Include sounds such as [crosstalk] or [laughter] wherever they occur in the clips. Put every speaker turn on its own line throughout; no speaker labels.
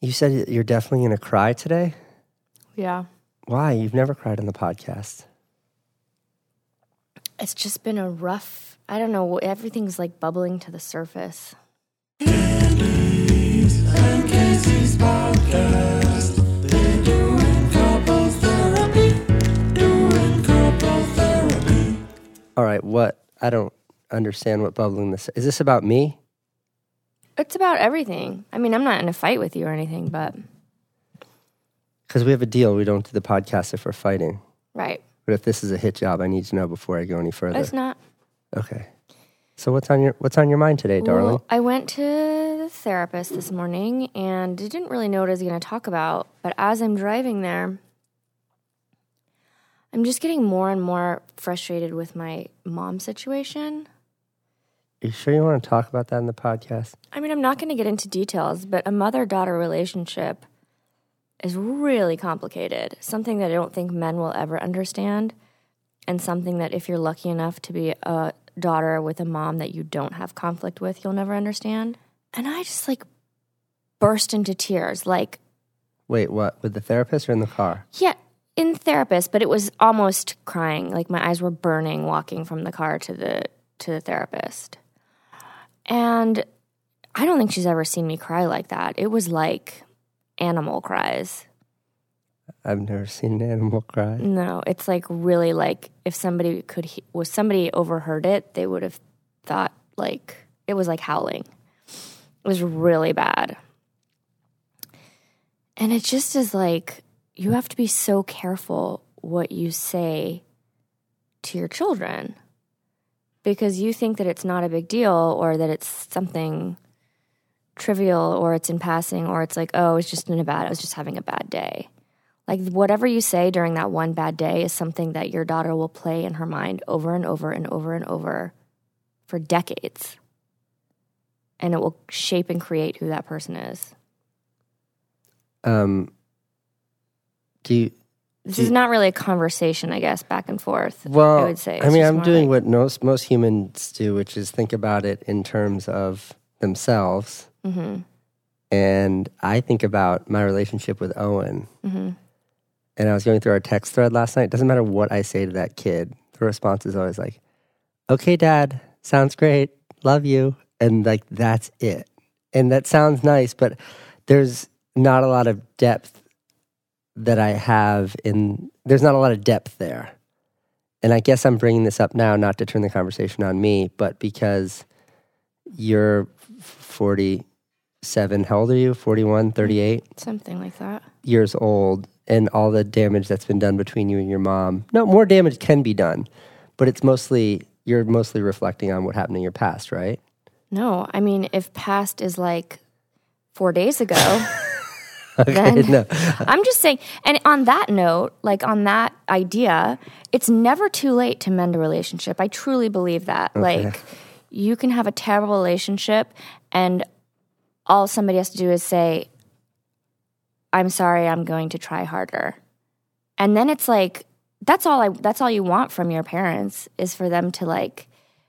You said that you're definitely going to cry today.
Yeah.
Why? You've never cried on the podcast.
It's just been a rough, I don't know, everything's like bubbling to the surface.
All right, what? I don't understand what bubbling this is. This about me?
It's about everything. I mean, I'm not in a fight with you or anything, but
Because we have a deal. We don't do the podcast if we're fighting.
right.
But if this is a hit job, I need to know before I go any further.
It's not.
Okay. So what's on your what's on your mind today, darling?
Well, I went to the therapist this morning and didn't really know what I was going to talk about. But as I'm driving there, I'm just getting more and more frustrated with my mom situation.
Are you sure you want to talk about that in the podcast?
I mean, I'm not going to get into details, but a mother daughter relationship is really complicated. Something that I don't think men will ever understand. And something that if you're lucky enough to be a daughter with a mom that you don't have conflict with, you'll never understand. And I just like burst into tears. Like,
Wait, what? With the therapist or in the car?
yeah, in therapist, but it was almost crying. Like my eyes were burning walking from the car to the to the therapist. And I don't think she's ever seen me cry like that. It was like animal cries.
I've never seen an animal cry.
No, it's like really like if somebody could he- was somebody overheard it, they would have thought like it was like howling. It was really bad. And it just is like you have to be so careful what you say to your children because you think that it's not a big deal or that it's something trivial or it's in passing or it's like oh, it's just in a bad I was just having a bad day. Like whatever you say during that one bad day is something that your daughter will play in her mind over and over and over and over for decades. And it will shape and create who that person is.
Um do you
This
Do you-
is not really a conversation, I guess, back and forth.
well
I would say.
I
It's
mean
just
I'm
more
doing
like-
what most most humans do, which is think about it in terms of themselves.
Mhm,
And I think about my relationship with Owen.
mhm.
and I was going through our text thread last night. Doesn't matter what I say to that kid, the response is always like, "Okay, Dad, sounds great, love you," and like that's it. And that sounds nice, but there's not a lot of depth that I have in. There's not a lot of depth there, and I guess I'm bringing this up now not to turn the conversation on me, but because you're 47. How old are you? 41, 38
Something like that.
years old and all the damage that's been done between you and your mom. No, more damage can be done, but it's mostly you're mostly reflecting on what happened in your past, right? [laughs]
No, I mean, if past is like four days ago,
Okay,
Then-
no.
[laughs] I'm just saying. And on that note, like on that idea, it's never too late to mend a relationship. I truly believe that. Like, you can have a terrible relationship, and all somebody has to do is say, "I'm sorry. I'm going to try harder," and then it's like that's all. I that's all you want from your parents is for them to like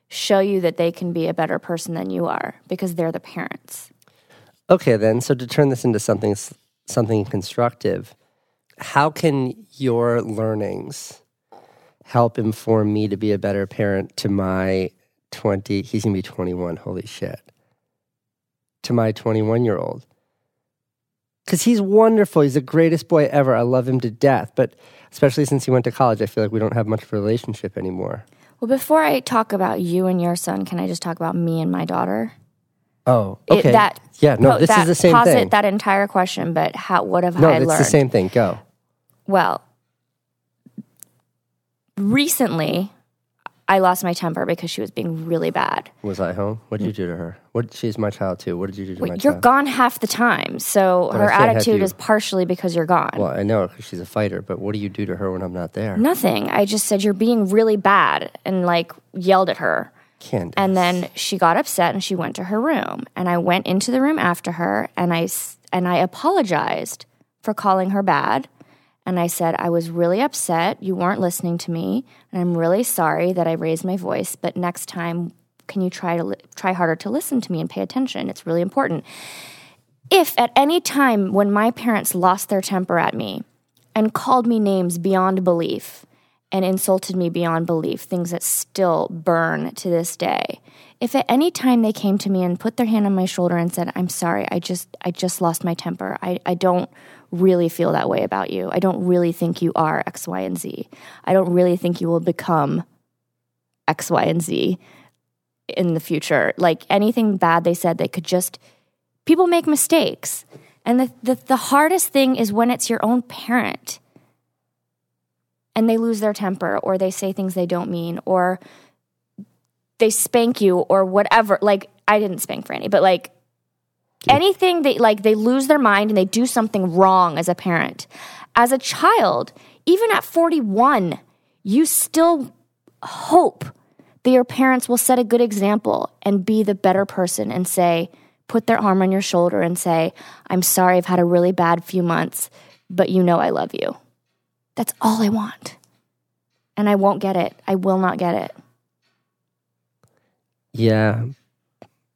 show you that they can be a better person than you are because they're the parents.
Okay, then. So to turn this into something s- something constructive, how can your learnings help inform me to be a better parent to my 20 he's going to be 21, holy shit. To my 21-year-old. Cuz he's wonderful. He's the greatest boy ever. I love him to death, but especially since he went to college, I feel like we don't have much of a relationship anymore.
Well, before I talk about you and your son, can I just talk about me and my daughter?
Oh,
It-
okay.
that-
yeah, no,
Po-
this
that,
is the same
posit
thing.
that entire question, but how? What have
no,
I
it's
learned?
the same thing. Go.
Well, recently, I lost my temper because she was being really bad.
Was I home? What did you do to her? What she's my child too. What did you do to my
Mm. you're
child?
gone half the time, so
But I
her
can't have
attitude
you.
is partially because you're gone.
well, I know because she's a fighter, but what do you do to her when I'm not there?
Nothing. I just said you're being really bad and like yelled at her.
Can't.
And then she got upset and she went to her room. And I went into the room after her and I s- and I apologized for calling her bad. And I said I was really upset. You weren't listening to me, and I'm really sorry that I raised my voice. But next time, can you try to li- try harder to listen to me and pay attention? It's really important. If at any time when my parents lost their temper at me and called me names beyond belief and insulted me beyond belief, things that still burn to this day, if at any time they came to me and put their hand on my shoulder and said, I'm sorry, I just I just lost my temper. I, I don't really feel that way about you. I don't really think you are X, Y, and Z. I don't really think you will become X, Y, and Z in the future. Like anything bad they said, they could just people make mistakes. And the, the, the hardest thing is when it's your own parent and they lose their temper or they say things they don't mean or they spank you or whatever. Like I didn't spank Franny, but like anything they like they lose their mind and they do something wrong as a parent. As a child, even at 41, you still hope that your parents will set a good example and be the better person and say, put their arm on your shoulder and say, I'm sorry, I've had a really bad few months, but you know I love you. That's all I want. And I won't get it. I will not get it.
Yeah.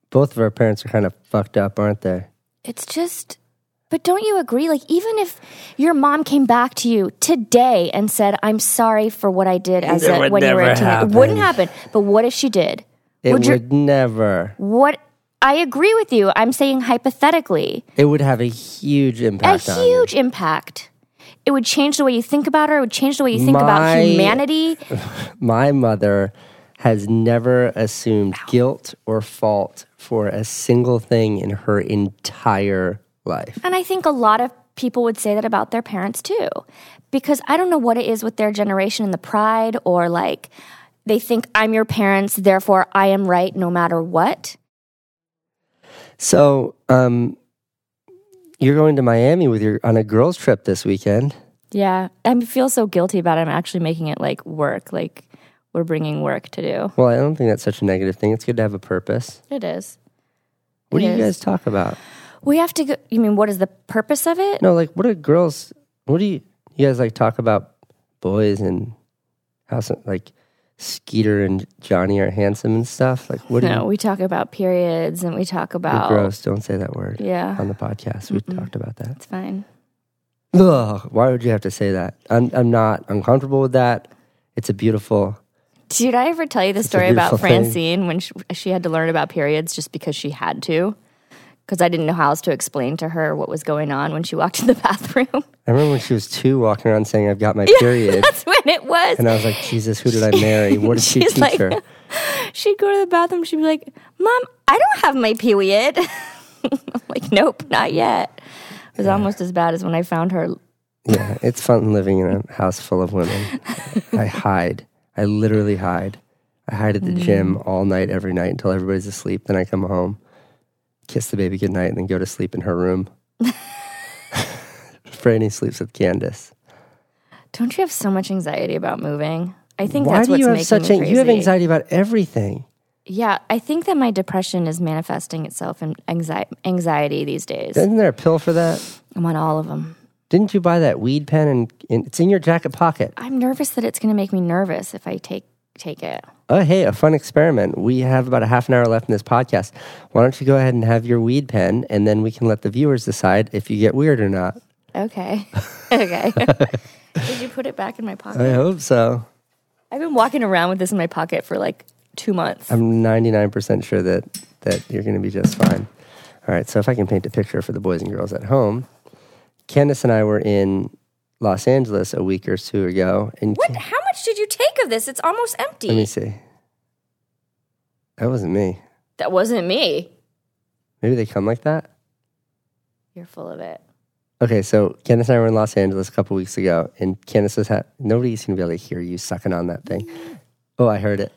Both of our parents are kind of fucked up, aren't they?
It's just, but don't you agree? Like, even if your mom came back to you today and said, I'm sorry for what I did as
That
a,
would
when you were
never
18,
happen.
it wouldn't happen. But what if she did?
It would,
Would your-
never.
What? I agree with you. I'm saying hypothetically.
It would have a huge
a
impact on you.
huge impact. It would change the way you think about her. It would change the way you think about
My-
humanity.
My mother has never assumed guilt or fault for a single thing in her entire life.
And I think a lot of people would say that about their parents too, because I don't know what it is with their generation and the pride, or like they think I'm your parents, therefore I am right no matter what.
So, um, you're going to Miami with your on a girls trip this weekend.
Yeah, I feel so guilty about it. I'm actually making it like work, like we're bringing work to do.
Well, I don't think that's such a negative thing. It's good to have a purpose.
It is.
What do
It
you
is.
guys talk about?
We have to go. You mean what is the purpose of it?
No, like what do girls? What do you you guys like talk about? Boys and how some, like Skeeter and Johnny are handsome and stuff. Like what do
No,
you?
we talk about periods and we talk
You're
about
gross. Don't say that word
Yeah,
on the podcast. We talked about that.
it's fine.
Ugh, why would you have to say that? I'm I'm not uncomfortable with that. It's a beautiful.
Did I ever tell you the
a
story about
beautiful thing.
Francine when she, she had to learn about periods just because she had to? Because I didn't know how else to explain to her what was going on when she walked [laughs] in the bathroom.
I remember when she was two, walking around saying, "I've
[laughs]
got my period."
That's when it was.
And I was like, Jesus, who did I marry? What did she
[laughs] She's
teach
like-
her?
She'd go to the bathroom. She'd be like, "Mom, I don't have my period." [laughs] I'm like, "Nope, not yet." It was almost as bad as when I found her.
Yeah, it's fun living in a house full of women. I hide. I literally hide. I hide at
Mm-hmm.
the gym all night, every night until everybody's asleep. Then I come home, kiss the baby goodnight, and then go to sleep in her
[laughs]
room. Franny sleeps with Candace.
Don't you have so much anxiety about moving? I think
Why
that's
do
what's
you
making
have such
me
an- You have
crazy.
anxiety about everything.
Yeah, I think that my depression is manifesting itself in anxiety, anxiety these days.
Isn't there a pill for that?
I'm on all of them.
Didn't you buy that weed pen and, and it's in your jacket pocket?
I'm nervous that it's going to make me nervous if I take take it.
Oh, hey, a fun experiment. We have about a half an hour left in this podcast. Why don't you go ahead and have your weed pen, and then we can let the viewers decide if you get weird or not.
Okay. [laughs]
[laughs]
okay. Did you put it back in my
I
pocket?
hope so.
I've been walking around with this in my pocket for like 2 months.
I'm 99% sure that, that you're going to be just fine. All right, so if I can paint a picture for the boys and girls at home, Candace and I were in Los Angeles a week or two ago. And
what how much did you take of this? It's almost empty.
Let me see. That wasn't me.
that wasn't me.
Maybe they come like that?
You're full of it.
Okay, so Candace and I were in Los Angeles a couple weeks ago, and Candace was ha- nobody's gonna be able to hear you sucking on that thing. Oh, I heard it.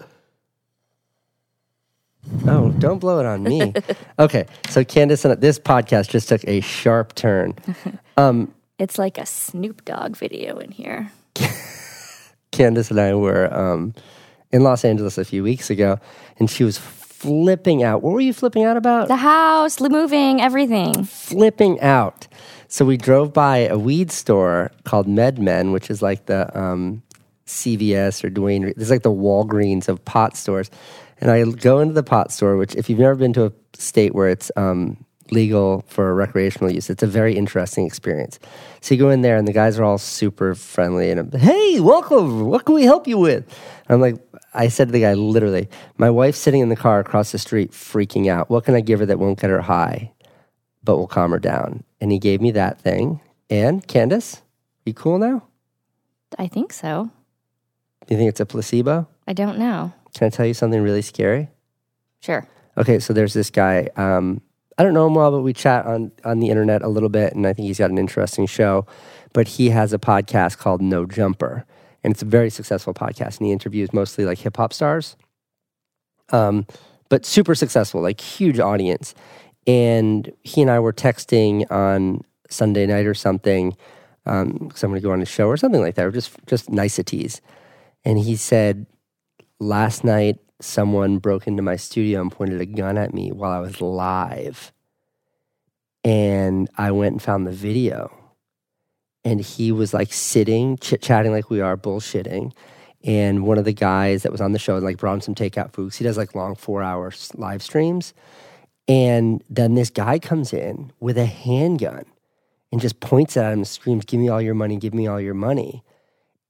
[laughs] oh, don't blow it on me. Okay, so Candace and this podcast just took a sharp turn.
It's like a Snoop Dogg video in here.
Candace and I were um, in Los Angeles a few weeks ago, and she was flipping out. What were you flipping out about?
The house, the moving, everything.
flipping out. So we drove by a weed store called MedMen, which is like the um, CVS or Dwayne. Reed- It's like the Walgreens of pot stores. And I go into the pot store, which if you've never been to a state where it's um, legal for recreational use. It's a very interesting experience. So you go in there, and the guys are all super friendly. And I'm, hey, welcome. What can we help you with? I'm like, I said to the guy, literally, my wife's sitting in the car across the street, freaking out. What can I give her that won't get her high, but will calm her down? And he gave me that thing. And Candace, you cool now?
I think so.
You think it's a placebo?
I don't know.
Can I tell you something really scary?
Sure.
Okay, so there's this guy. Um, I don't know him well, but we chat on on the internet a little bit, and I think he's got an interesting show. But he has a podcast called No Jumper, and it's a very successful podcast. And he interviews mostly like hip hop stars, um, but super successful, like huge audience. And he and I were texting on Sunday night or something, um, because I'm going to go on a show or something like that, or just just niceties. And he said, last night someone broke into my studio and pointed a gun at me while I was live. And I went and found the video. And he was like sitting, chit chatting like we are, bullshitting. And one of the guys that was on the show like brought him some takeout food. 'cause He does like long four hour s- live streams. And then this guy comes in with a handgun and just points at him and screams, Give me all your money, give me all your money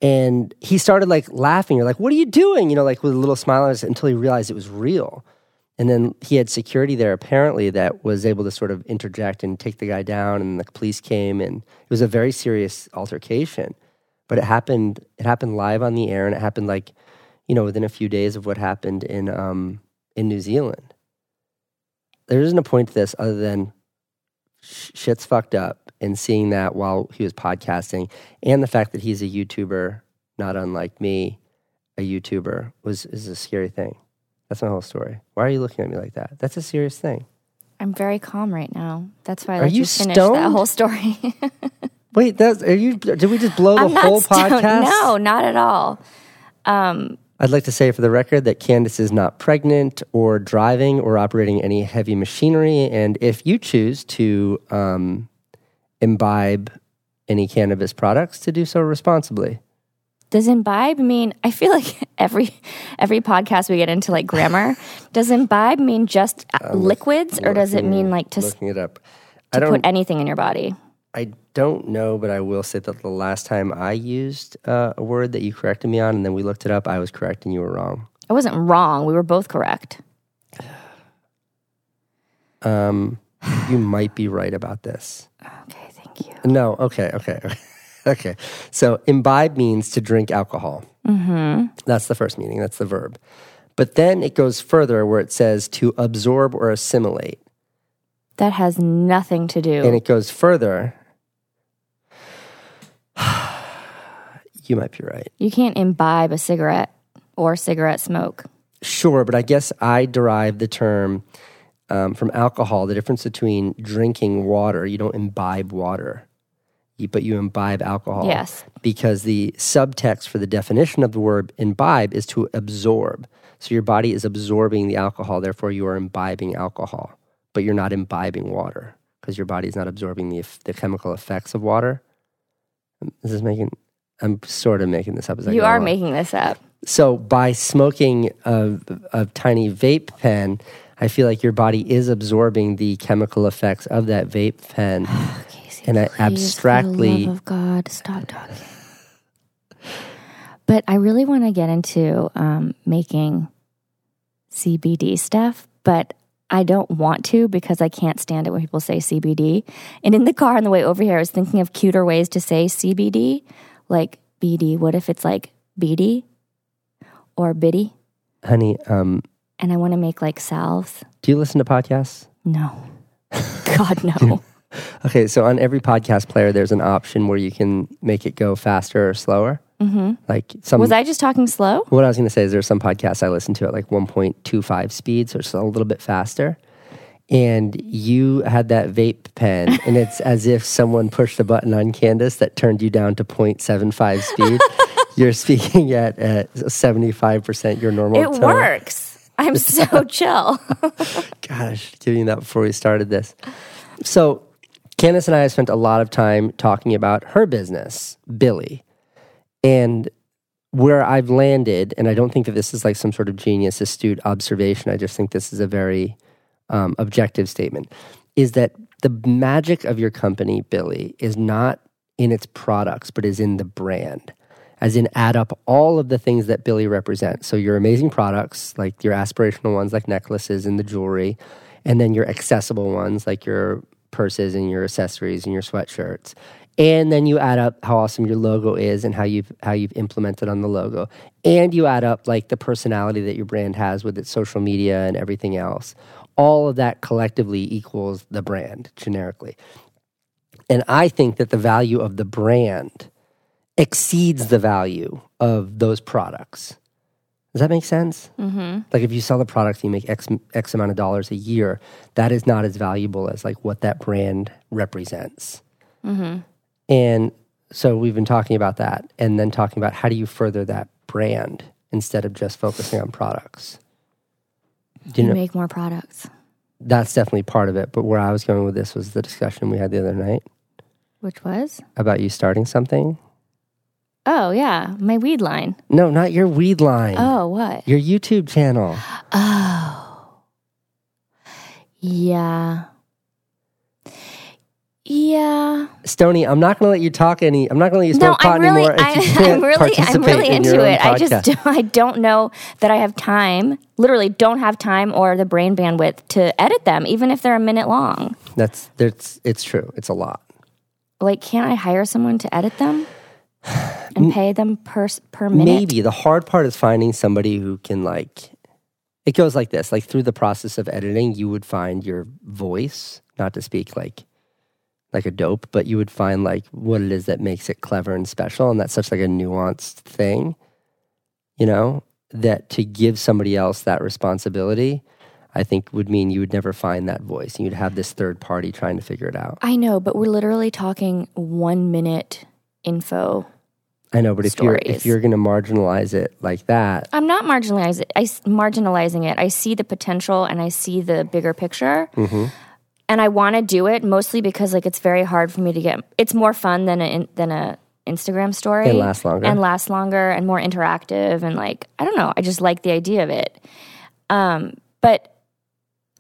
and he started like laughing. You're like, what are you doing? You know, like with a little smile on his until he realized it was real. And then he had security there apparently that was able to sort of interject and take the guy down and the police came and it was a very serious altercation. But it happened it happened live on the air and it happened like, you know, within a few days of what happened in um in New Zealand. There isn't a point to this other than sh- shit's fucked up and seeing that while he was podcasting and the fact that he's a YouTuber, not unlike me, a YouTuber was is a scary thing. That's my whole story. Why are you looking at me like that? That's a serious thing.
I'm very calm right now. That's why I
Are
let
you
you, finish that
stoned?
whole story. [laughs]
Wait, that's are you? Did we just blow the
I'm not
whole
stoned.
podcast?
No, not at all. Um,
I'd like to say for the record that Candace is not pregnant or driving or operating any heavy machinery. And if you choose to um, imbibe any cannabis products, to do so responsibly.
Does imbibe mean? I feel like [laughs] every every podcast we get into like [laughs] grammar. Does imbibe mean just uh, liquids, or does it mean like to, s-
Looking it up. I
to
don't
put e anything in your body?
I don't know, but I will say that the last time I used uh, a word that you corrected me on, and then we looked it up, I was correct and you were wrong.
I wasn't wrong. We were both correct.
Um,
[sighs]
you might be right about this.
Okay, thank you.
No, okay, okay, [laughs] okay. So imbibe means to drink alcohol. Mm-hmm. That's the first meaning. That's the verb. But then it goes further where it says to absorb or assimilate,
That has nothing to do.
and it goes further. [sighs] you might be right.
you can't imbibe a cigarette or cigarette smoke.
Sure, but I guess I derive the term um, from alcohol, the difference between drinking water, you don't imbibe water, you- but you imbibe alcohol.
Yes.
Because the subtext for the definition of the word imbibe is to absorb. So your body is absorbing the alcohol, therefore you are imbibing alcohol, but you're not imbibing water because your body is not absorbing the, eff- the chemical effects of water. This is making, I'm sort of making this up as I
You
go
are
along.
making this up.
So by smoking a, a tiny vape pen, I feel like your body is absorbing the chemical effects of that vape pen. [sighs]
Casey,
And I
please, for the
abstractly-
love of God, stop talking. But I really want to get into um, making CBD stuff, but I don't want to because I can't stand it when people say CBD. And in the car on the way over here, I was thinking of cuter ways to say CBD, like BD. What if it's like BD or Biddy?
Honey, um,
And I want to make like salves.
do you listen to podcasts? [laughs]
No. God, no.
Okay, so on every podcast player, there's an option where you can make it go faster or slower. Mm-hmm. Like some.
Was I just talking slow?
what I was going to say is there's some podcasts I listen to at like 1.25 speed, so it's a little bit faster. And you had that vape pen, and it's as if someone pushed a button on Candace that turned you down to 0.75 speed. You're speaking at, at 75% your normal
It
tone.
works. I'm
[laughs]
so chill.
Gosh, giving you that before we started this. So, Candace and I have spent a lot of time talking about her business, Billy, and where I've landed. And I don't think that this is like some sort of genius, astute observation. I just think this is a very um, objective statement. is that the magic of your company, Billy, is not in its products, but is in the brand. As in, add up all of the things that Billy represents. So, your amazing products, like your aspirational ones, like necklaces and the jewelry, and then your accessible ones, like your purses and your accessories and your sweatshirts. And then you add up how awesome your logo is and how you've how you've implemented on the logo. And you add up like the personality that your brand has with its social media and everything else. All of that collectively equals the brand generically. And I think that the value of the brand exceeds the value of those products. Does that make sense?
Mm-hmm.
Like if you sell the product, and you make X, X amount of dollars a year. That is not as valuable as like what that brand represents.
Mm-hmm.
And so we've been talking about that, and then talking about how do you further that brand instead of just focusing on products. Do
You
you know,
make more products,
that's definitely part of it. But where I was going with this was the discussion we had the other night
which was
about you starting something.
oh yeah, my weed line.
No, not your weed line.
Oh what?
Your YouTube channel.
Oh. Yeah. Yeah.
Stony, I'm not going to let you talk any. I'm not going to let you
No,
smoke pot
I'm really,
anymore. if
[laughs]
you
I'm, I'm
can't
really, I'm
participate
really
in
into
your own
it. I
podcast.
just, don't, I don't know that I have time. Literally, don't have time or the brain bandwidth to edit them, even if they're a minute long.
That's that's it's true. It's a lot.
Like, can't I hire someone to edit them [sighs] and pay them per s- per minute?
Maybe the hard part is finding somebody who can like. It goes like this: like through the process of editing, you would find your voice, not to speak like like a dope, but you would find like what it is that makes it clever and special, and that's such like a nuanced thing, you know. That to give somebody else that responsibility, I think would mean you would never find that voice, and you'd have this third party trying to figure it out.
I know, but we're literally talking one minute info.
I know, but if you're if
Stories.
you're going to marginalize it like that,
I'm not marginalizing. I s- marginalizing it. I see the potential and I see the bigger picture.
mhm.
and I want to do it mostly because like it's very hard for me to get. It's more fun than a than a Instagram story
And lasts longer.
and lasts longer and more interactive and like I don't know. I just like the idea of it. Um, but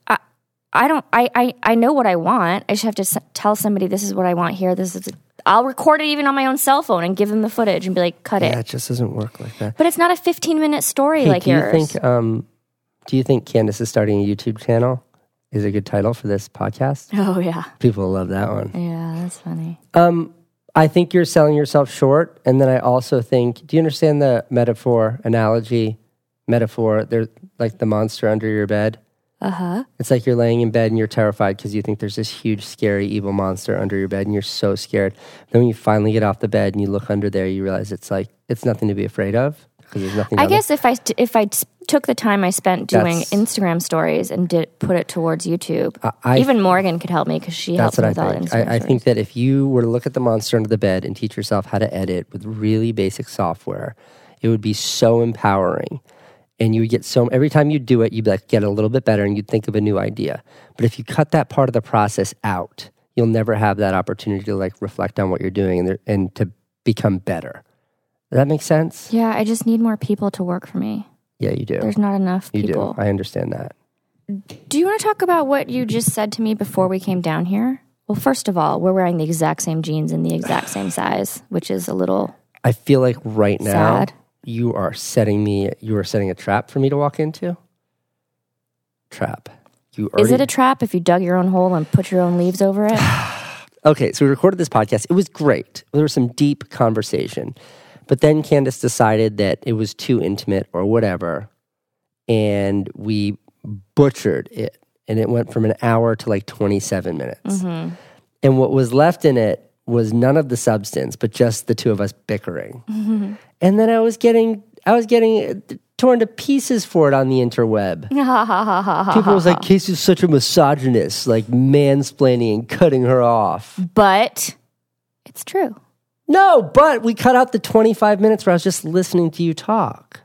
I I don't I I I know what I want. I just have to s- tell somebody this is what I want here. This is I'll record it even on my own cell phone and give them the footage and be like cut
yeah,
it.
it just doesn't work like that.
But it's not a 15 minute story
Hey,
like
do
yours.
you think um, do you think Candace is starting a YouTube channel? Is a good title for this podcast.
[laughs] oh yeah.
People love that one.
Yeah, that's funny.
Um, I think you're selling yourself short, and then I also think. Do you understand the metaphor analogy? Metaphor. They're like the monster under your bed.
Uh huh.
It's like you're laying in bed and you're terrified because you think there's this huge, scary, evil monster under your bed, and you're so scared. Then when you finally get off the bed and you look under there, you realize it's like it's nothing to be afraid of because there's nothing.
I
down there.
guess if I st- if I s- took the time I spent doing
That's-
Instagram stories and did put it towards YouTube,
I- I-
even Morgan could help me because she helps
That's
me
what I
with all the
think.
Instagram
I, I
stories.
think that if you were to look at the monster under the bed and teach yourself how to edit with really basic software, it would be so empowering. And you would get so every time you do it, you'd be like get a little bit better and you'd think of a new idea. But if you cut that part of the process out, you'll never have that opportunity to like reflect on what you're doing and, there- and to become better. Does that make sense?
yeah, I just need more people to work for me.
Yeah, you do.
There's not enough
you
people.
do. I understand that.
Do you want to talk about what you just said to me before we came down here? Well, first of all, we're wearing the exact same jeans in the exact
[sighs]
same size, which is a little
I feel like right now
Sad.
you are setting me. You are setting a trap for me to walk into. Trap. You already,
Is it a trap if you dug your own hole and put your own leaves over
[laughs]
it? [laughs]
okay? So we recorded this podcast. It was great. There was some deep conversation, but then Candace decided that it was too intimate or whatever, and we butchered it. And it went from an hour to like twenty-seven minutes. And what was left in it was none of the substance, but just the two of us bickering. And then I was getting, I was getting torn to pieces for it on the interweb. People was like, Casey's such a misogynist, like mansplaining and cutting her off.
but it's true.
No, but we cut out the 25 minutes where I was just listening to you talk.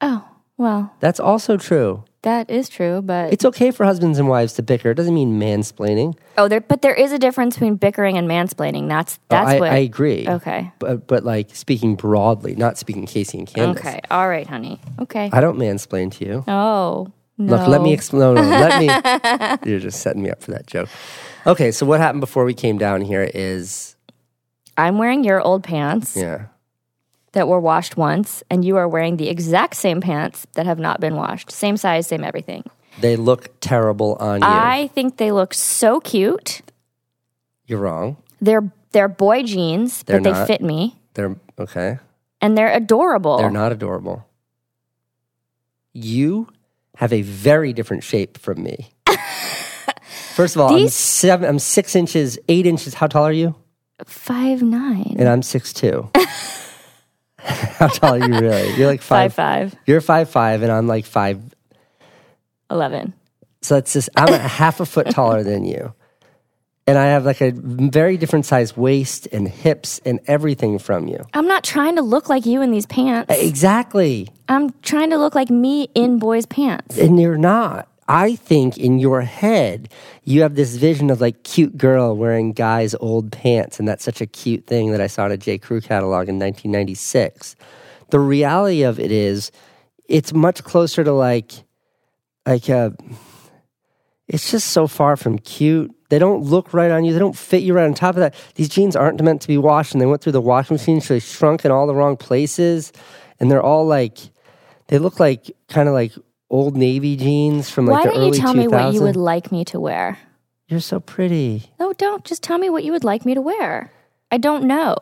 Oh well,
That's also true.
that is true. But
It's okay for husbands and wives to bicker. It doesn't mean mansplaining.
Oh, there, but there is a difference between bickering and mansplaining. That's
Oh,
that's
I,
what.
I agree.
okay.
But, but like speaking broadly, not speaking Casey and Candace.
Okay. All right, honey. Okay.
I don't mansplain to you.
oh,
Look, let me explain. No, no, let me.
[laughs]
You're just setting me up for that joke. Okay, so what happened before we came down here is
I'm wearing your old pants
yeah,
that were washed once, and you are wearing the exact same pants that have not been washed. Same size, same everything.
they look terrible on you.
I think they look so cute.
You're wrong.
They're they're boy jeans,
They're
but they
not.
fit me,
They're okay.
and they're adorable.
They're not adorable. You have a very different shape from
[laughs]
me. First of all, I'm
These-
seven. I'm six inches, eight inches. How tall are you?
five nine,
And I'm six
[laughs]
two. How tall are you really? You're like
five
five.
five,
You're five five, and I'm like five.
eleven.
So it's just I'm a half a foot taller than you, and I have like a very different size waist and hips and everything from you.
I'm not trying to look like you in these pants.
Exactly.
I'm trying to look like me in boys' pants.
and you're not. I think in your head, you have this vision of like cute girl wearing guy's old pants. And that's such a cute thing that I saw in a J. Crew catalog in 1996. The reality of it is, it's much closer to like, like, uh, it's just so far from cute. They don't look right on you. They don't fit you right. On top of that, these jeans aren't meant to be washed, and they went through the washing machine, so they shrunk in all the wrong places. And they're all like, they look like kind of like old navy jeans from like
Why
the
don't you
early
tell
2000s.
me what you would like me to wear?
You're so pretty.
No, don't. Just tell me what you would like me to wear. I don't know.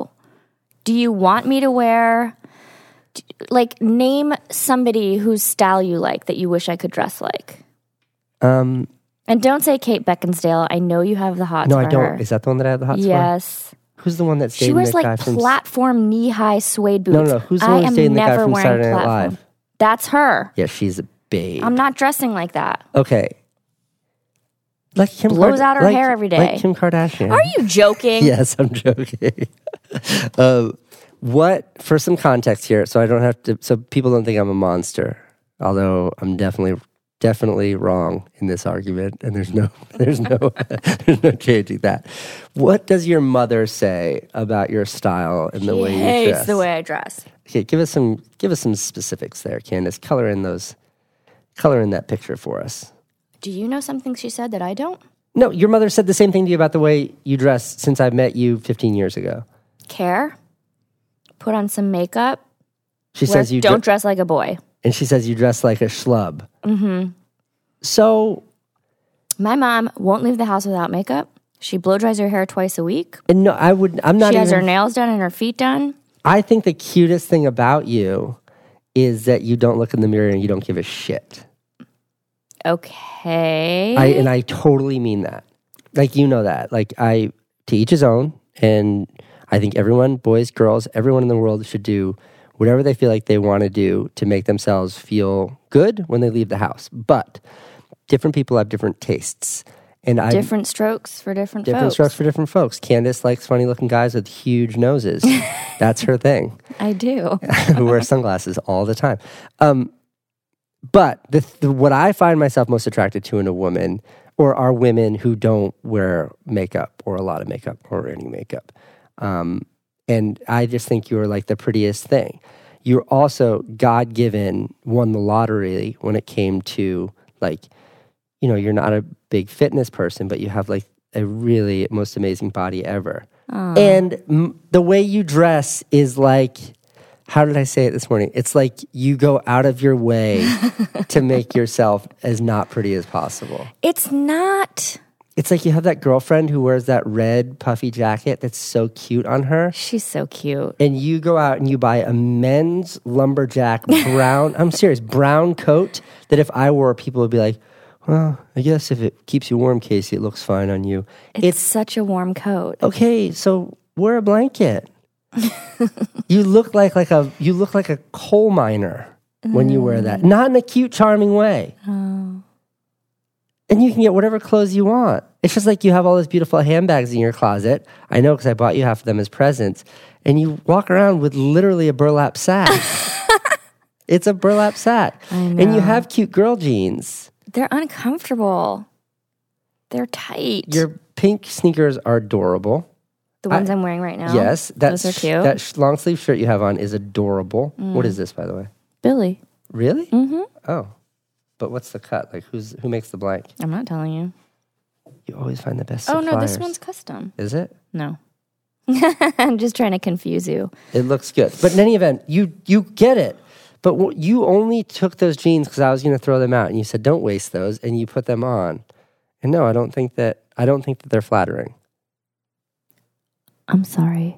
Do you want me to wear? d- Like, name somebody whose style you like that you wish I could dress like.
Um,
And don't say Kate Beckinsdale. I know you have the hots.
no, I
for
don't.
her.
Is that the one that I have the hot spot?
yes,
Who's the one that's
she
dating
wears
that guy
like
from?
platform knee high suede boots.
No, no, no. Who's the
I
one
am
that's dating the guy
never
from
wearing
Saturday Night
platform.
Live?
That's her.
Yeah, she's a babe.
I'm not dressing like that.
okay. Like Kim
Blows
Kard-
out her
like-
hair every day.
Like Kim Kardashian.
Are you
[laughs]
joking?
Yes, I'm joking. [laughs] um, what for some context here, so I don't have to, so people don't think I'm a monster. Although I'm definitely, definitely wrong in this argument, and there's no, [laughs] there's no, there's no changing that. What does your mother say about your style and the way you
hates
dress?
the way I dress.
okay, give us some, give us some specifics there, Candace. Color in those, color in that picture for us.
Do you know something she said that I don't?
No, your mother said the same thing to you about the way you dress since I met you 15 years ago.
Care. Put on some makeup.
She
Wear-
says you
don't
dre-
dress like a boy.
and she says you dress like a schlub. Mm-hmm. So,
My mom won't leave the house without makeup. She blow dries her hair twice a week.
and no, I would. I'm not
she
even.
has her nails done and her feet done.
I think the cutest thing about you is that you don't look in the mirror and you don't give a shit.
Okay.
I uh, and I totally mean that. Like you know that. Like I to each his own, and I think everyone, boys, girls, everyone in the world should do whatever they feel like they want to do to make themselves feel good when they leave the house. But different people have different tastes, and I
different strokes for different,
different
folks.
strokes for different folks. Candace likes funny looking guys with huge noses. That's her thing. [laughs]
I do.
Who wear sunglasses all the time. Um, but the, the, what I find myself most attracted to in a woman, or are women who don't wear makeup or a lot of makeup or any makeup. Um, and I just think you're like the prettiest thing. You're also God given, won the lottery when it came to like you know, you're not a big fitness person, but you have like a really most amazing body ever. And m- the way you dress is like, how did I say it this morning? It's like you go out of your way to make yourself as not pretty as possible.
It's not.
It's like you have that girlfriend who wears that red puffy jacket that's so cute on her.
She's so cute.
And you go out and you buy a men's lumberjack brown, I'm serious, brown coat that if I wore, people would be like, well, I guess if it keeps you warm, Casey, it looks fine on you.
It's, such a warm coat.
okay, so wear a
[laughs]
blanket. you look like like a you look like a coal miner when you wear that. Not in a cute, charming way.
Oh,
And you can get whatever clothes you want. It's just like you have all those beautiful handbags in your closet. I know because I bought you half of them as presents. And you walk around with literally a burlap
[laughs]
sack. it's a burlap sack. And you have cute girl jeans.
They're uncomfortable. They're tight.
Your pink sneakers are adorable.
the ones I, am wearing right now.
Yes, that's
those are cute. Mm.
That sh- long sleeve shirt you have on is adorable. What is this, by the way?
Billy.
Really? Mm-hmm. Oh, But what's the cut? Like who's who makes the blank?
I'm not telling you.
You always find the best.
Oh no, this
suppliers.
one's custom.
is it?
No. [laughs] I'm just trying to confuse you.
It looks good. But in any event, you you get it. But w- you only took those jeans because I was going to throw them out, and you said don't waste those, and you put them on. And no, I don't think that I don't think that they're flattering.
I'm sorry.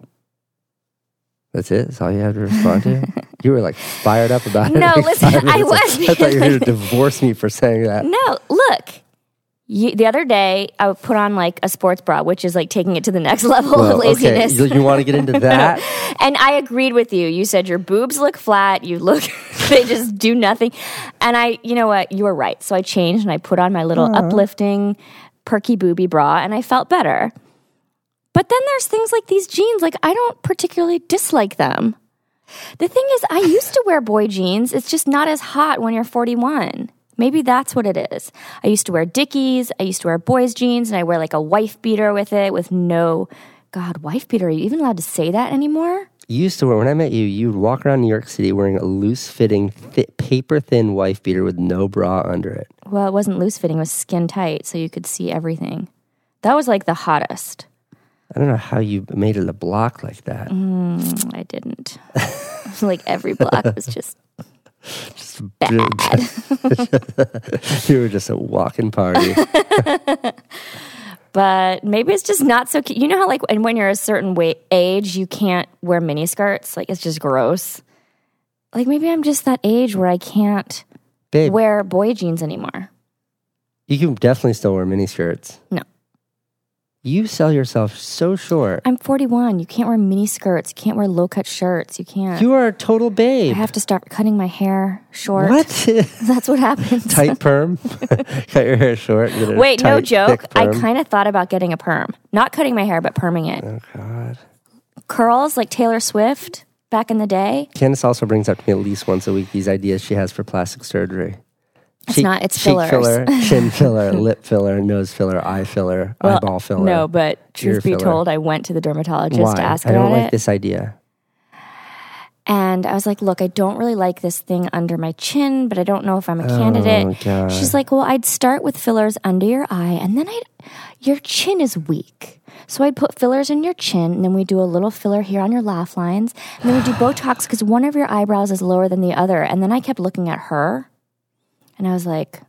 That's it. That's all you had to respond
[laughs]
to. you were like fired up about it. [laughs]
No,
like,
listen,
five
I
minutes ago. I thought you were going to
wasn't.
divorce me for saying that.
No, look. You, the other day, I would put on like a sports bra, which is like taking it to the next [laughs] level of laziness.
Okay, you, want to get into that?
[laughs] And I agreed with you. You said your boobs look flat. You look, [laughs] they just do nothing. And I, you know what? You were right. So I changed and I put on my little uplifting, perky booby bra and I felt better. But then there's things like these jeans. Like, I don't particularly dislike them. The thing is, I used to wear boy jeans. It's just not as hot when you're 41. Maybe that's what it is. I used to wear Dickies. I used to wear boys jeans, and I wear like a wife beater with it, with no. God, wife beater. Are you even allowed to say that anymore?
You used to wear when I met you. You'd walk around New York City wearing a loose-fitting, thi paper-thin wife beater with no bra under it.
Well, it wasn't loose fitting. It was skin tight, so you could see everything. That was like the hottest.
I don't know how you made it a block like that.
Mm-hmm. Mm, I didn't. [laughs] like every block was just bad. [laughs]
[laughs] you were just a walking party.
But maybe it's just not so cute. You know how like and when you're a certain weight age, you can't wear mini skirts. Like it's just gross. Like maybe I'm just that age where I can't
Babe,
wear boy jeans anymore.
you can definitely still wear miniskirts.
No.
You sell yourself so short.
I'm 41. You can't wear mini skirts. You can't wear low cut shirts. You can't.
You are a total
I
babe.
have to start cutting my hair short.
What?
[laughs]
[laughs]
That's what happens.
tight
[laughs]
perm? [laughs] Cut your hair short. get a
Wait, no
tight,
joke.
thick
I
perm.
kind of thought about getting a perm. Not cutting my hair, but perming it.
Oh, God.
Curls like Taylor Swift back in the day.
Candace also brings up to me at least once a week these ideas she has for plastic surgery.
It's not- it's
cheek
fillers. [laughs]
filler, chin filler, lip filler, nose filler, eye filler, eyeball filler.
No, but truth be
filler.
told, I went to the dermatologist
Why?
to ask
I don't
about
like
it.
this idea.
And I was like, look, I don't really like this thing under my chin, but I don't know if I'm a candidate.
Oh, God.
She's like, well, I'd start with fillers under your eye, and then I'd, your chin is weak. So I'd put fillers in your chin, and then we do a little filler here on your laugh lines, and then we do Botox because one of your eyebrows is lower than the other. And then I kept looking at her, and I was like,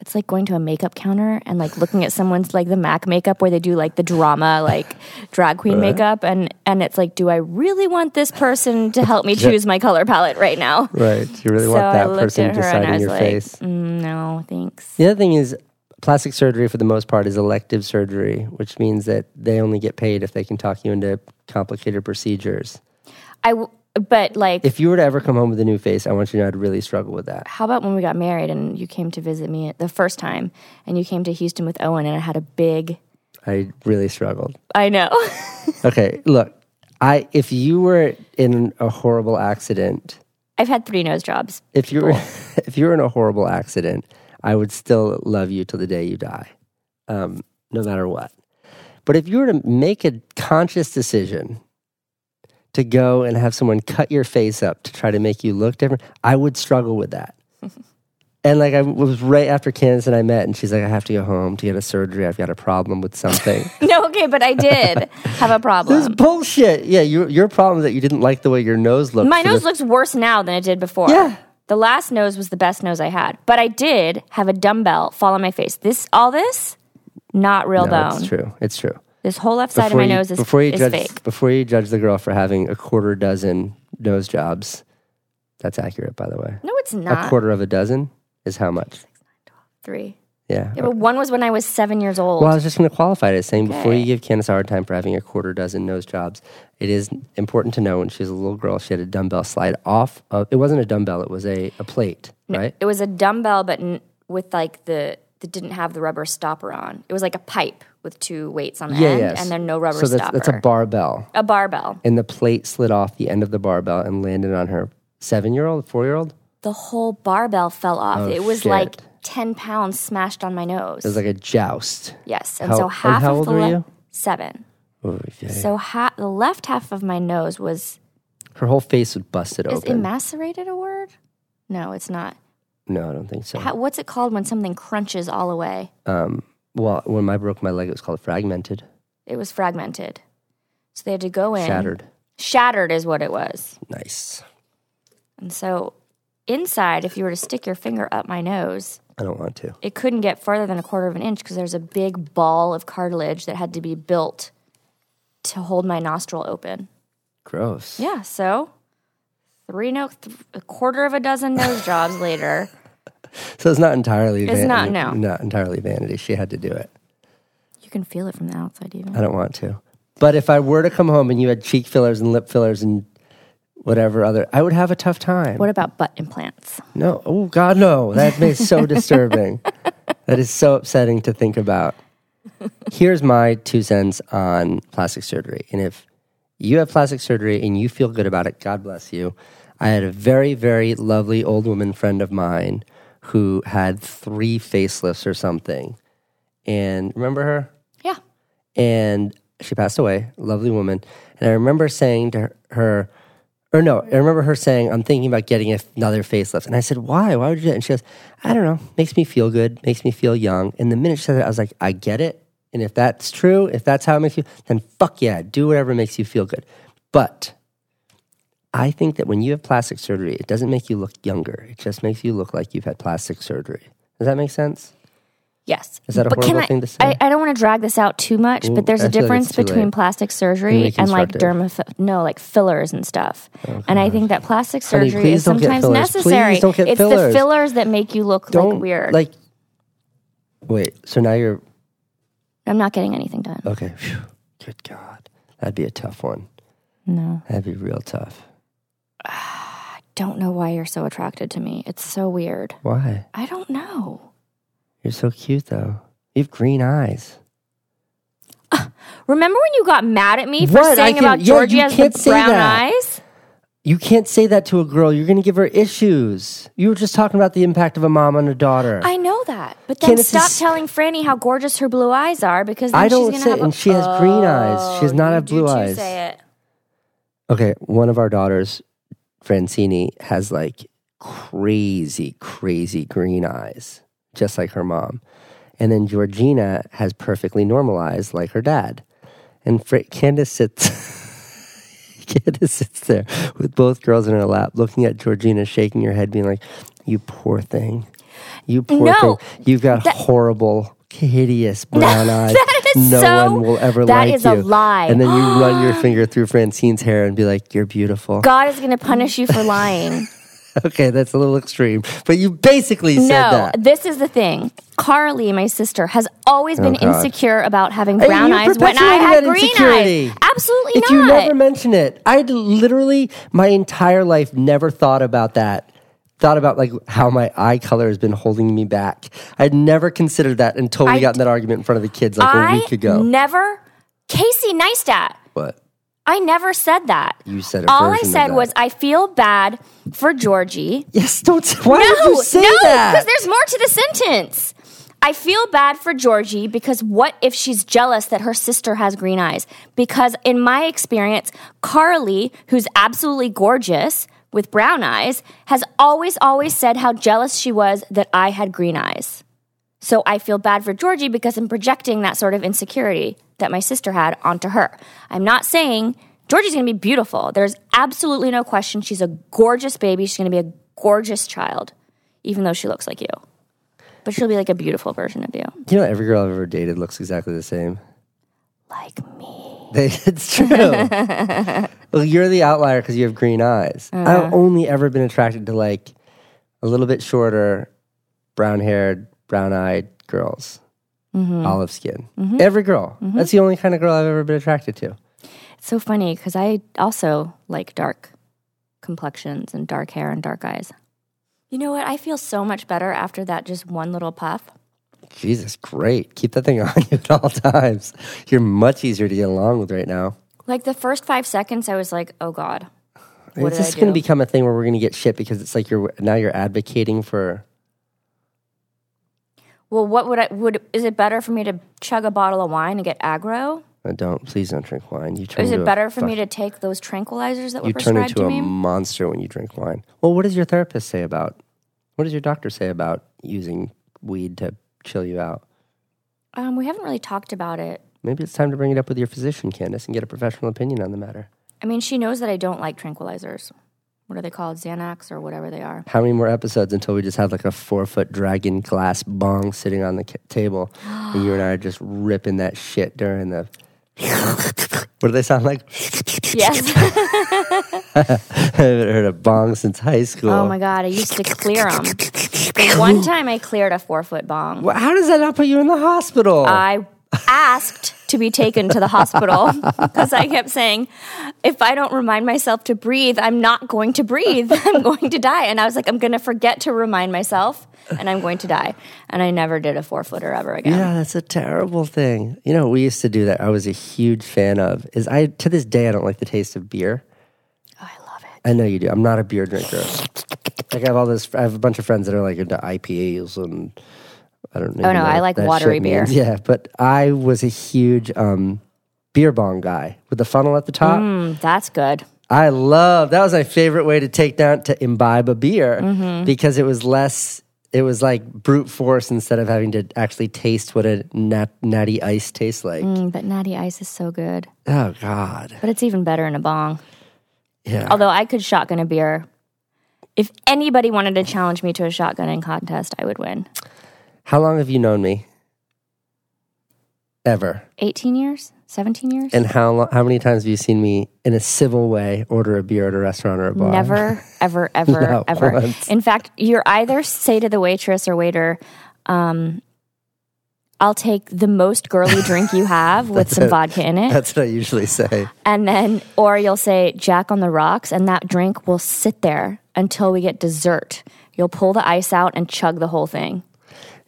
it's like going to a makeup counter and like looking at someone's like the Mac makeup where they do like the drama like drag queen makeup and and it's like do I really want this person to help me choose my color palette right now?
Right. You really
so
want
I
that
looked
person
at her and I
deciding
was
your
like,
face.
"Mm, no, thanks.
The other thing is, plastic surgery for the most part is elective surgery, which means that they only get paid if they can talk you into complicated procedures.
I w- but like
If you were to ever come home with a new face, I want you to know I'd really struggle with that.
how about when we got married and you came to visit me the first time and you came to Houston with Owen and I had a big
I really struggled.
I know. [laughs]
Okay, look, I if you were in a horrible accident,
I've had three nose jobs. [laughs]
if you were [laughs] if you were in a horrible accident, I would still love you till the day you die, um, no matter what. But if you were to make a conscious decision to go and have someone cut your face up to try to make you look different, I would struggle with that. and like I was right after Candace and I met, and she's like, "I have to go home to get a surgery. I've got a problem with something."
No, okay, but I did have
This
a
is
problem.
bullshit. Yeah, your your problem is that you didn't like the way your nose looked.
My
for
nose
the-
looks worse now than it did before.
Yeah.
The last nose was the best nose I had, but I did have a dumbbell fall on my face. This, all this, not real
No, it's
bone.
true. It's true.
This whole left side of my nose is,
before you
is
judge,
fake.
Before you judge the girl for having a quarter dozen nose jobs, that's accurate, by the way.
No, it's not.
A quarter of a dozen is how much?
Three.
Yeah.
Yeah, but one was when I was seven years old.
well, I was just going to qualify it as saying before
Okay.
you give Candace a hard time for having a quarter dozen nose jobs, it is important to know when she was a little girl, she had a dumbbell slide off. Of, it wasn't a dumbbell, it was a, a plate, right?
it was a dumbbell, but n- with like the that didn't have the rubber stopper on. It was like a pipe with two weights on the
Yeah,
end,
yes.
and then no rubber
So that's,
stopper.
that's a barbell.
a barbell.
And the plate slid off the end of the barbell and landed on her seven year old, four year old.
The whole barbell fell off.
Oh,
it was
shit.
like ten pounds smashed on my nose.
It was like a joust.
Yes, and
How-
so
and
half
how
of
old
the
were
le-
you?
seven.
Okay.
So ha- the left half of my nose was
Her whole face was busted
is
open.
emascerated a word? No, it's not.
No, I don't think so.
How, what's it called when something crunches all the way?
um, well, when I broke my leg, it was called fragmented,
It was fragmented. So they had to go in.
shattered.
Shattered is what it was.
Nice.
And so inside, if you were to stick your finger up my nose,
I don't want to.
it couldn't get further than a quarter of an inch because there's a big ball of cartilage that had to be built to hold my nostril open.
Gross.
Yeah, so three no, th- a quarter of a dozen nose jobs later.
So it's not entirely.
It's not,
vanity,
no.
Not entirely vanity. She had to do it.
You can feel it from the outside, even.
I don't want to. But if I were to come home and you had cheek fillers and lip fillers and whatever other, I would have a tough time.
What about butt implants?
No. Oh God, no. That is so disturbing. That is so upsetting to think about. Here's my two cents on plastic surgery. And if you have plastic surgery and you feel good about it, God bless you. I had a very, very lovely old woman friend of mine who had three facelifts or something. And remember her?
Yeah.
and she passed away, lovely woman. And I remember saying to her, or no, I remember her saying, I'm thinking about getting another facelift. And I said, Why? Why would you do that? And she goes, I don't know. Makes me feel good, makes me feel young. And the minute she said that, I was like, I get it. And if that's true, if that's how it makes you, then fuck yeah, do whatever makes you feel good. But I think that when you have plastic surgery, it doesn't make you look younger. It just makes you look like you've had plastic surgery. Does that make sense?
Yes.
Is that a
but can
horrible
I,
thing to say?
I, I don't want to drag this out too much,
Ooh,
but there's
I
a
feel like
difference
it's too
between
late.
plastic
Be
surgery and like derma, no, like fillers and stuff. and I think that plastic
Honey,
surgery
please
is
don't get
sometimes
fillers.
necessary.
Please don't get
it's the
fillers.
fillers that make you look
Don't
like weird.
Like, wait, so now you're
I'm not getting anything done.
Okay. Phew. Good God. That'd be a tough one.
No.
That'd be real tough.
Don't know why you're so attracted to me. It's so weird.
Why?
I don't know.
You're so cute, though. You have green eyes.
Remember when you got mad at me for
What? I
saying
can-
about
yeah,
Georgie
you
has
can't
the
say
brown
that.
eyes?
You can't say that to a girl. You're going to give her issues. You were just talking about the impact of a mom on a daughter.
I know that, but then
Candace
stop
is-
telling Franny how gorgeous her blue eyes are because then
I
she's
don't
gonna
say-
have. A,
and she has green eyes. She does
Oh,
not
you
have
do
blue
too
eyes.
Say it.
okay, one of our daughters, Francini, has like crazy, crazy green eyes, just like her mom. And then Georgina has perfectly normalized, like her dad. And Fra- Candace sits. [laughs] Candace sits there with both girls in her lap, looking at Georgina, shaking her head, being like, "You poor thing, you poor
No,
thing. You've got horrible, hideous brown eyes.
[laughs] that is
no
so-
one will ever
that
like
is
you."
a lie.
And then you run
[gasps]
your finger through Francine's hair and be like, "You're beautiful." [laughs]
God is gonna punish you for lying.
Okay, that's a little extreme, but you basically [laughs] said
no,
that.
this is the thing. Carly, my sister, has always been
Oh, God.
insecure about having
Hey,
brown
you're
eyes when I
perpetuating that
had green
insecurity.
eyes. Absolutely
If
not.
you never mention it, I'd literally my entire life never thought about that. Thought about like how my eye color has been holding me back. I'd never considered that until we
I-
got in that argument in front of the kids like a
I
week ago.
never. Casey Neistat.
but
I never said that.
you said a
All I
version of
said
that.
was I feel bad for Georgie.
yes. Don't. [laughs] Why
no,
would you say
no, because
that?
there's more to the sentence. I feel bad for Georgie because what if she's jealous that her sister has green eyes? Because in my experience, Carly, who's absolutely gorgeous with brown eyes, has always, always said how jealous she was that I had green eyes. So I feel bad for Georgie because I'm projecting that sort of insecurity that my sister had onto her. I'm not saying Georgie's going to be beautiful. There's absolutely no question. She's a gorgeous baby. She's going to be a gorgeous child, even though she looks like you. But she'll be like a beautiful version of you,
You know, every girl I've ever dated looks exactly the same.
like me.
[laughs] They, it's
[laughs]
true. well, you're the outlier because you have green eyes.
Uh-huh.
I've only ever been attracted to like a little bit shorter, brown haired, brown eyed girls,
Mm-hmm.
olive skin. Every girl. That's the only kind of girl I've ever been attracted to.
It's so funny because I also like dark complexions and dark hair and dark eyes. You know what? I feel so much better after that just one little puff.
Jesus, great. Keep that thing [laughs] on you at all times. You're much easier to get along with right now.
Like the first five seconds, I was like, oh God. What
Is
did I
this going to
do?
become a thing where we're going to get shit because it's like you're now you're advocating for.
Well, what would I would is it better for me to chug a bottle of wine and get aggro?
Uh, don't please don't drink wine. You
Or
turn
is
into
it
a
better for me to take those tranquilizers that were
you turn
prescribed
into
to
a
me?
monster when you drink wine. Well, what does your therapist say about What does your doctor say about using weed to chill you out?
Um, we haven't really talked about it.
Maybe it's time to bring it up with your physician, Candace, and get a professional opinion on the matter.
I mean, she knows that I don't like tranquilizers. What are they called? Xanax or whatever
[laughs]
they are.
How many more episodes until we just have like a four foot dragon glass bong sitting on the ca- table [gasps] and you and I are just ripping that shit during the. what do they sound like? [laughs]
Yes. [laughs]
I haven't heard a bong since high school.
oh my God. I used to clear them. The one time I cleared a four foot bong,
Well, how does that not put you in the hospital?
I asked to be taken to
[laughs]
the hospital because I kept saying, if I don't remind myself to breathe, I'm not going to breathe. [laughs] I'm going to die. And I was like, I'm going to forget to remind myself and I'm going to die. And I never did a four footer ever again.
Yeah, that's a terrible thing. You know, we used to do that. I was a huge fan of. Is I to this day I don't like the taste of beer.
Oh, I love it.
I know you do. I'm not a beer drinker. Like I have all this. I have a bunch of friends that are like into IPAs and I don't know.
Oh, no, I like watery beer.
Yeah, but I was a huge um, beer bong guy with the funnel at the top.
Mm, that's good.
I love that was my favorite way to take down to imbibe a beer
Mm-hmm.
because it was less. It was like brute force instead of having to actually taste what a nat, natty ice tastes like.
Mm, but Natty Ice is so good.
Oh God!
But it's even better in a bong.
Yeah,
Although I could shotgun a beer. If anybody wanted to challenge me to a shotgunning contest, I would win.
How long have you known me? Ever.
18 years? 17 years?
And how long, how many times have you seen me in a civil way order a beer at a restaurant or a bar?
Never, ever, ever,
No,
ever.
once.
In fact, you're either say to the waitress or waiter, um, I'll take the most girly drink you
[laughs]
have with some vodka in it.
[laughs] That's what I usually say.
And then, or you'll say Jack on the rocks, and that drink will sit there until we get dessert. You'll pull the ice out and chug the whole thing.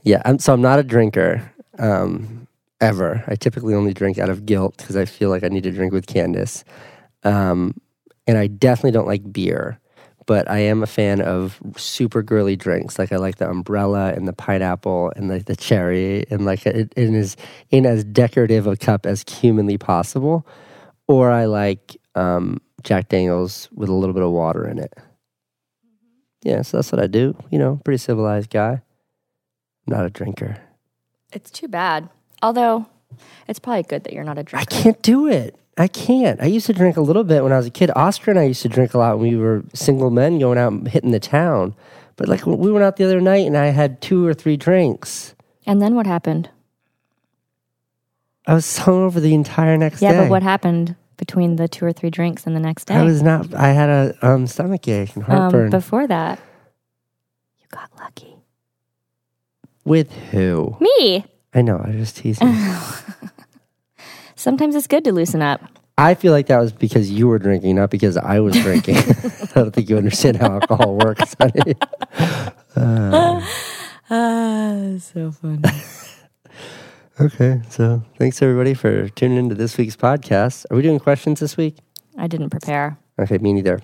Yeah, I'm, so I'm not a drinker um, ever. I typically only drink out of guilt because I feel like I need to drink with Candace. Um, and I definitely don't like beer, but I am a fan of super girly drinks. Like I like the umbrella and the pineapple and like the cherry and like it, it is in as decorative a cup as humanly possible. Or I like um, Jack Daniels with a little bit of water in it. Yeah, so that's what I do. You know, pretty civilized guy. Not a drinker.
It's too bad. Although, it's probably good that you're not a
I
drinker.
can't do it. I can't. I used to drink a little bit when I was a kid. Oscar and I used to drink a lot when we were single men going out and hitting the town. But like we went out the other night and I had two or three drinks.
And then what happened?
I was hungover the entire next
Yeah,
day.
but what happened between the two or three drinks and the next day?
I was not. I had a um, stomach ache and heartburn.
Um, before that, you got lucky.
With who?
Me.
I know. I was just
[laughs]
teasing.
Sometimes it's good to loosen up.
I feel like that was because you were drinking, not because I was drinking. [laughs] I don't think you understand how alcohol works. [laughs]
[laughs]
honey.
Ah, so funny.
Okay, so thanks everybody for tuning into this week's podcast. Are we doing questions this week?
I didn't prepare.
Okay, me neither.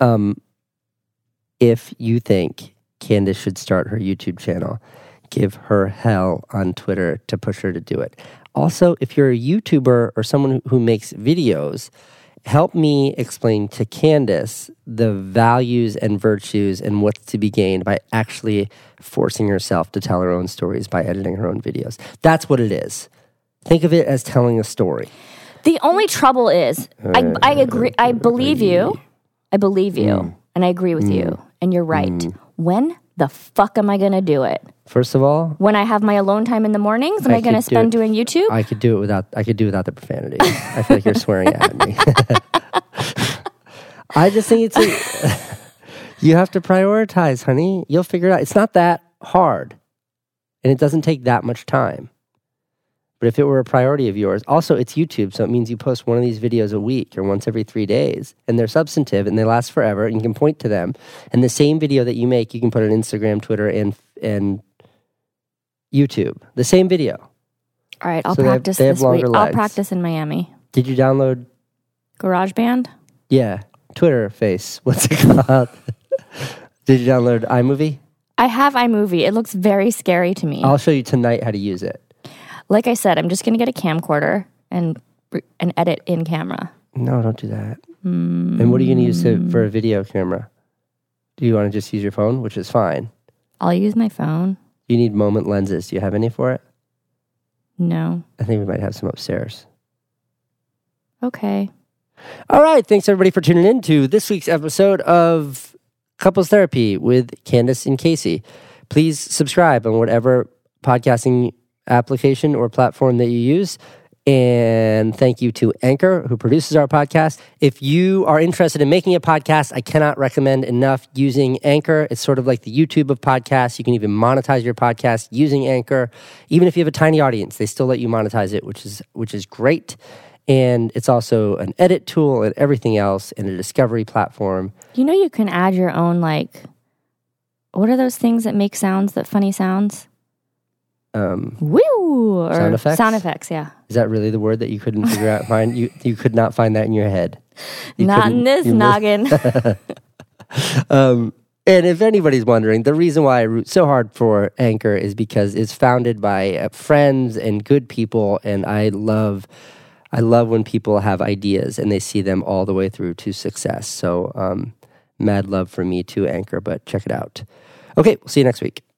Um, if you think Candace should start her YouTube channel, give her hell on Twitter to push her to do it. Also, if you're a YouTuber or someone who- who makes videos, help me explain to Candace the values and virtues and what's to be gained by actually forcing herself to tell her own stories by editing her own videos. That's what it is. Think of it as telling a story.
The only trouble is, I,
Uh,
I agree. I believe you. I believe you,
Hmm.
and I agree with you, and you're right. When the fuck am I gonna do it?
First of all,
When I have my alone time in the mornings, am
I
I, gonna
could do
spend
it.
doing YouTube?
I could do it without. I could do without the profanity. I feel like you're swearing at me. [laughs] I just think it's. A, you have to prioritize, honey. You'll figure it out. It's not that hard, and it doesn't take that much time. But if it were a priority of yours, also it's YouTube, so it means you post one of these videos a week or once every three days, and they're substantive and they last forever, and you can point to them. And the same video that you make, you can put on Instagram, Twitter, and and YouTube. The same video.
All right, I'll
So they have-
practice
they have
this week.
longer
I'll
legs.
practice in Miami.
Did you download?
GarageBand.
Yeah, Twitter face. [laughs] What's it called? Did you download iMovie?
I have iMovie. It looks very scary to me.
I'll show you tonight how to use it.
like I said, I'm just going to get a camcorder and and edit in camera.
No, don't do that. And what are you going to use it for a video camera? Do you want to just use your phone, which is fine.
I'll use my phone.
You need moment lenses. Do you have any for it?
No.
I think we might have some upstairs.
Okay.
All right. Thanks everybody for tuning in to this week's episode of Couples Therapy with Candace and Casey. Please subscribe on whatever podcasting application or platform that you use. And thank you to Anchor, who produces our podcast. If you are interested in making a podcast, I cannot recommend enough using Anchor. It's sort of like the YouTube of podcasts. You can even monetize your podcast using Anchor. Even if you have a tiny audience, they still let you monetize it, which is which is great. And it's also an edit tool and everything else and a discovery platform.
You know you can add your own like what are those things that make sounds that funny sounds?
Um,
Woo or
Sound effects?
Sound effects, yeah.
is that really the word that you couldn't figure
[laughs]
out? Find you you could not find that in your head. You
Not
couldn't-
in this
you missed-
noggin.
[laughs] Um, and if anybody's wondering, the reason why I root so hard for Anchor is because it's founded by uh, friends and good people, and I love, I love when people have ideas and they see them all the way through to success. So, um, mad love for me to Anchor, but check it out. Okay, we'll see you next week.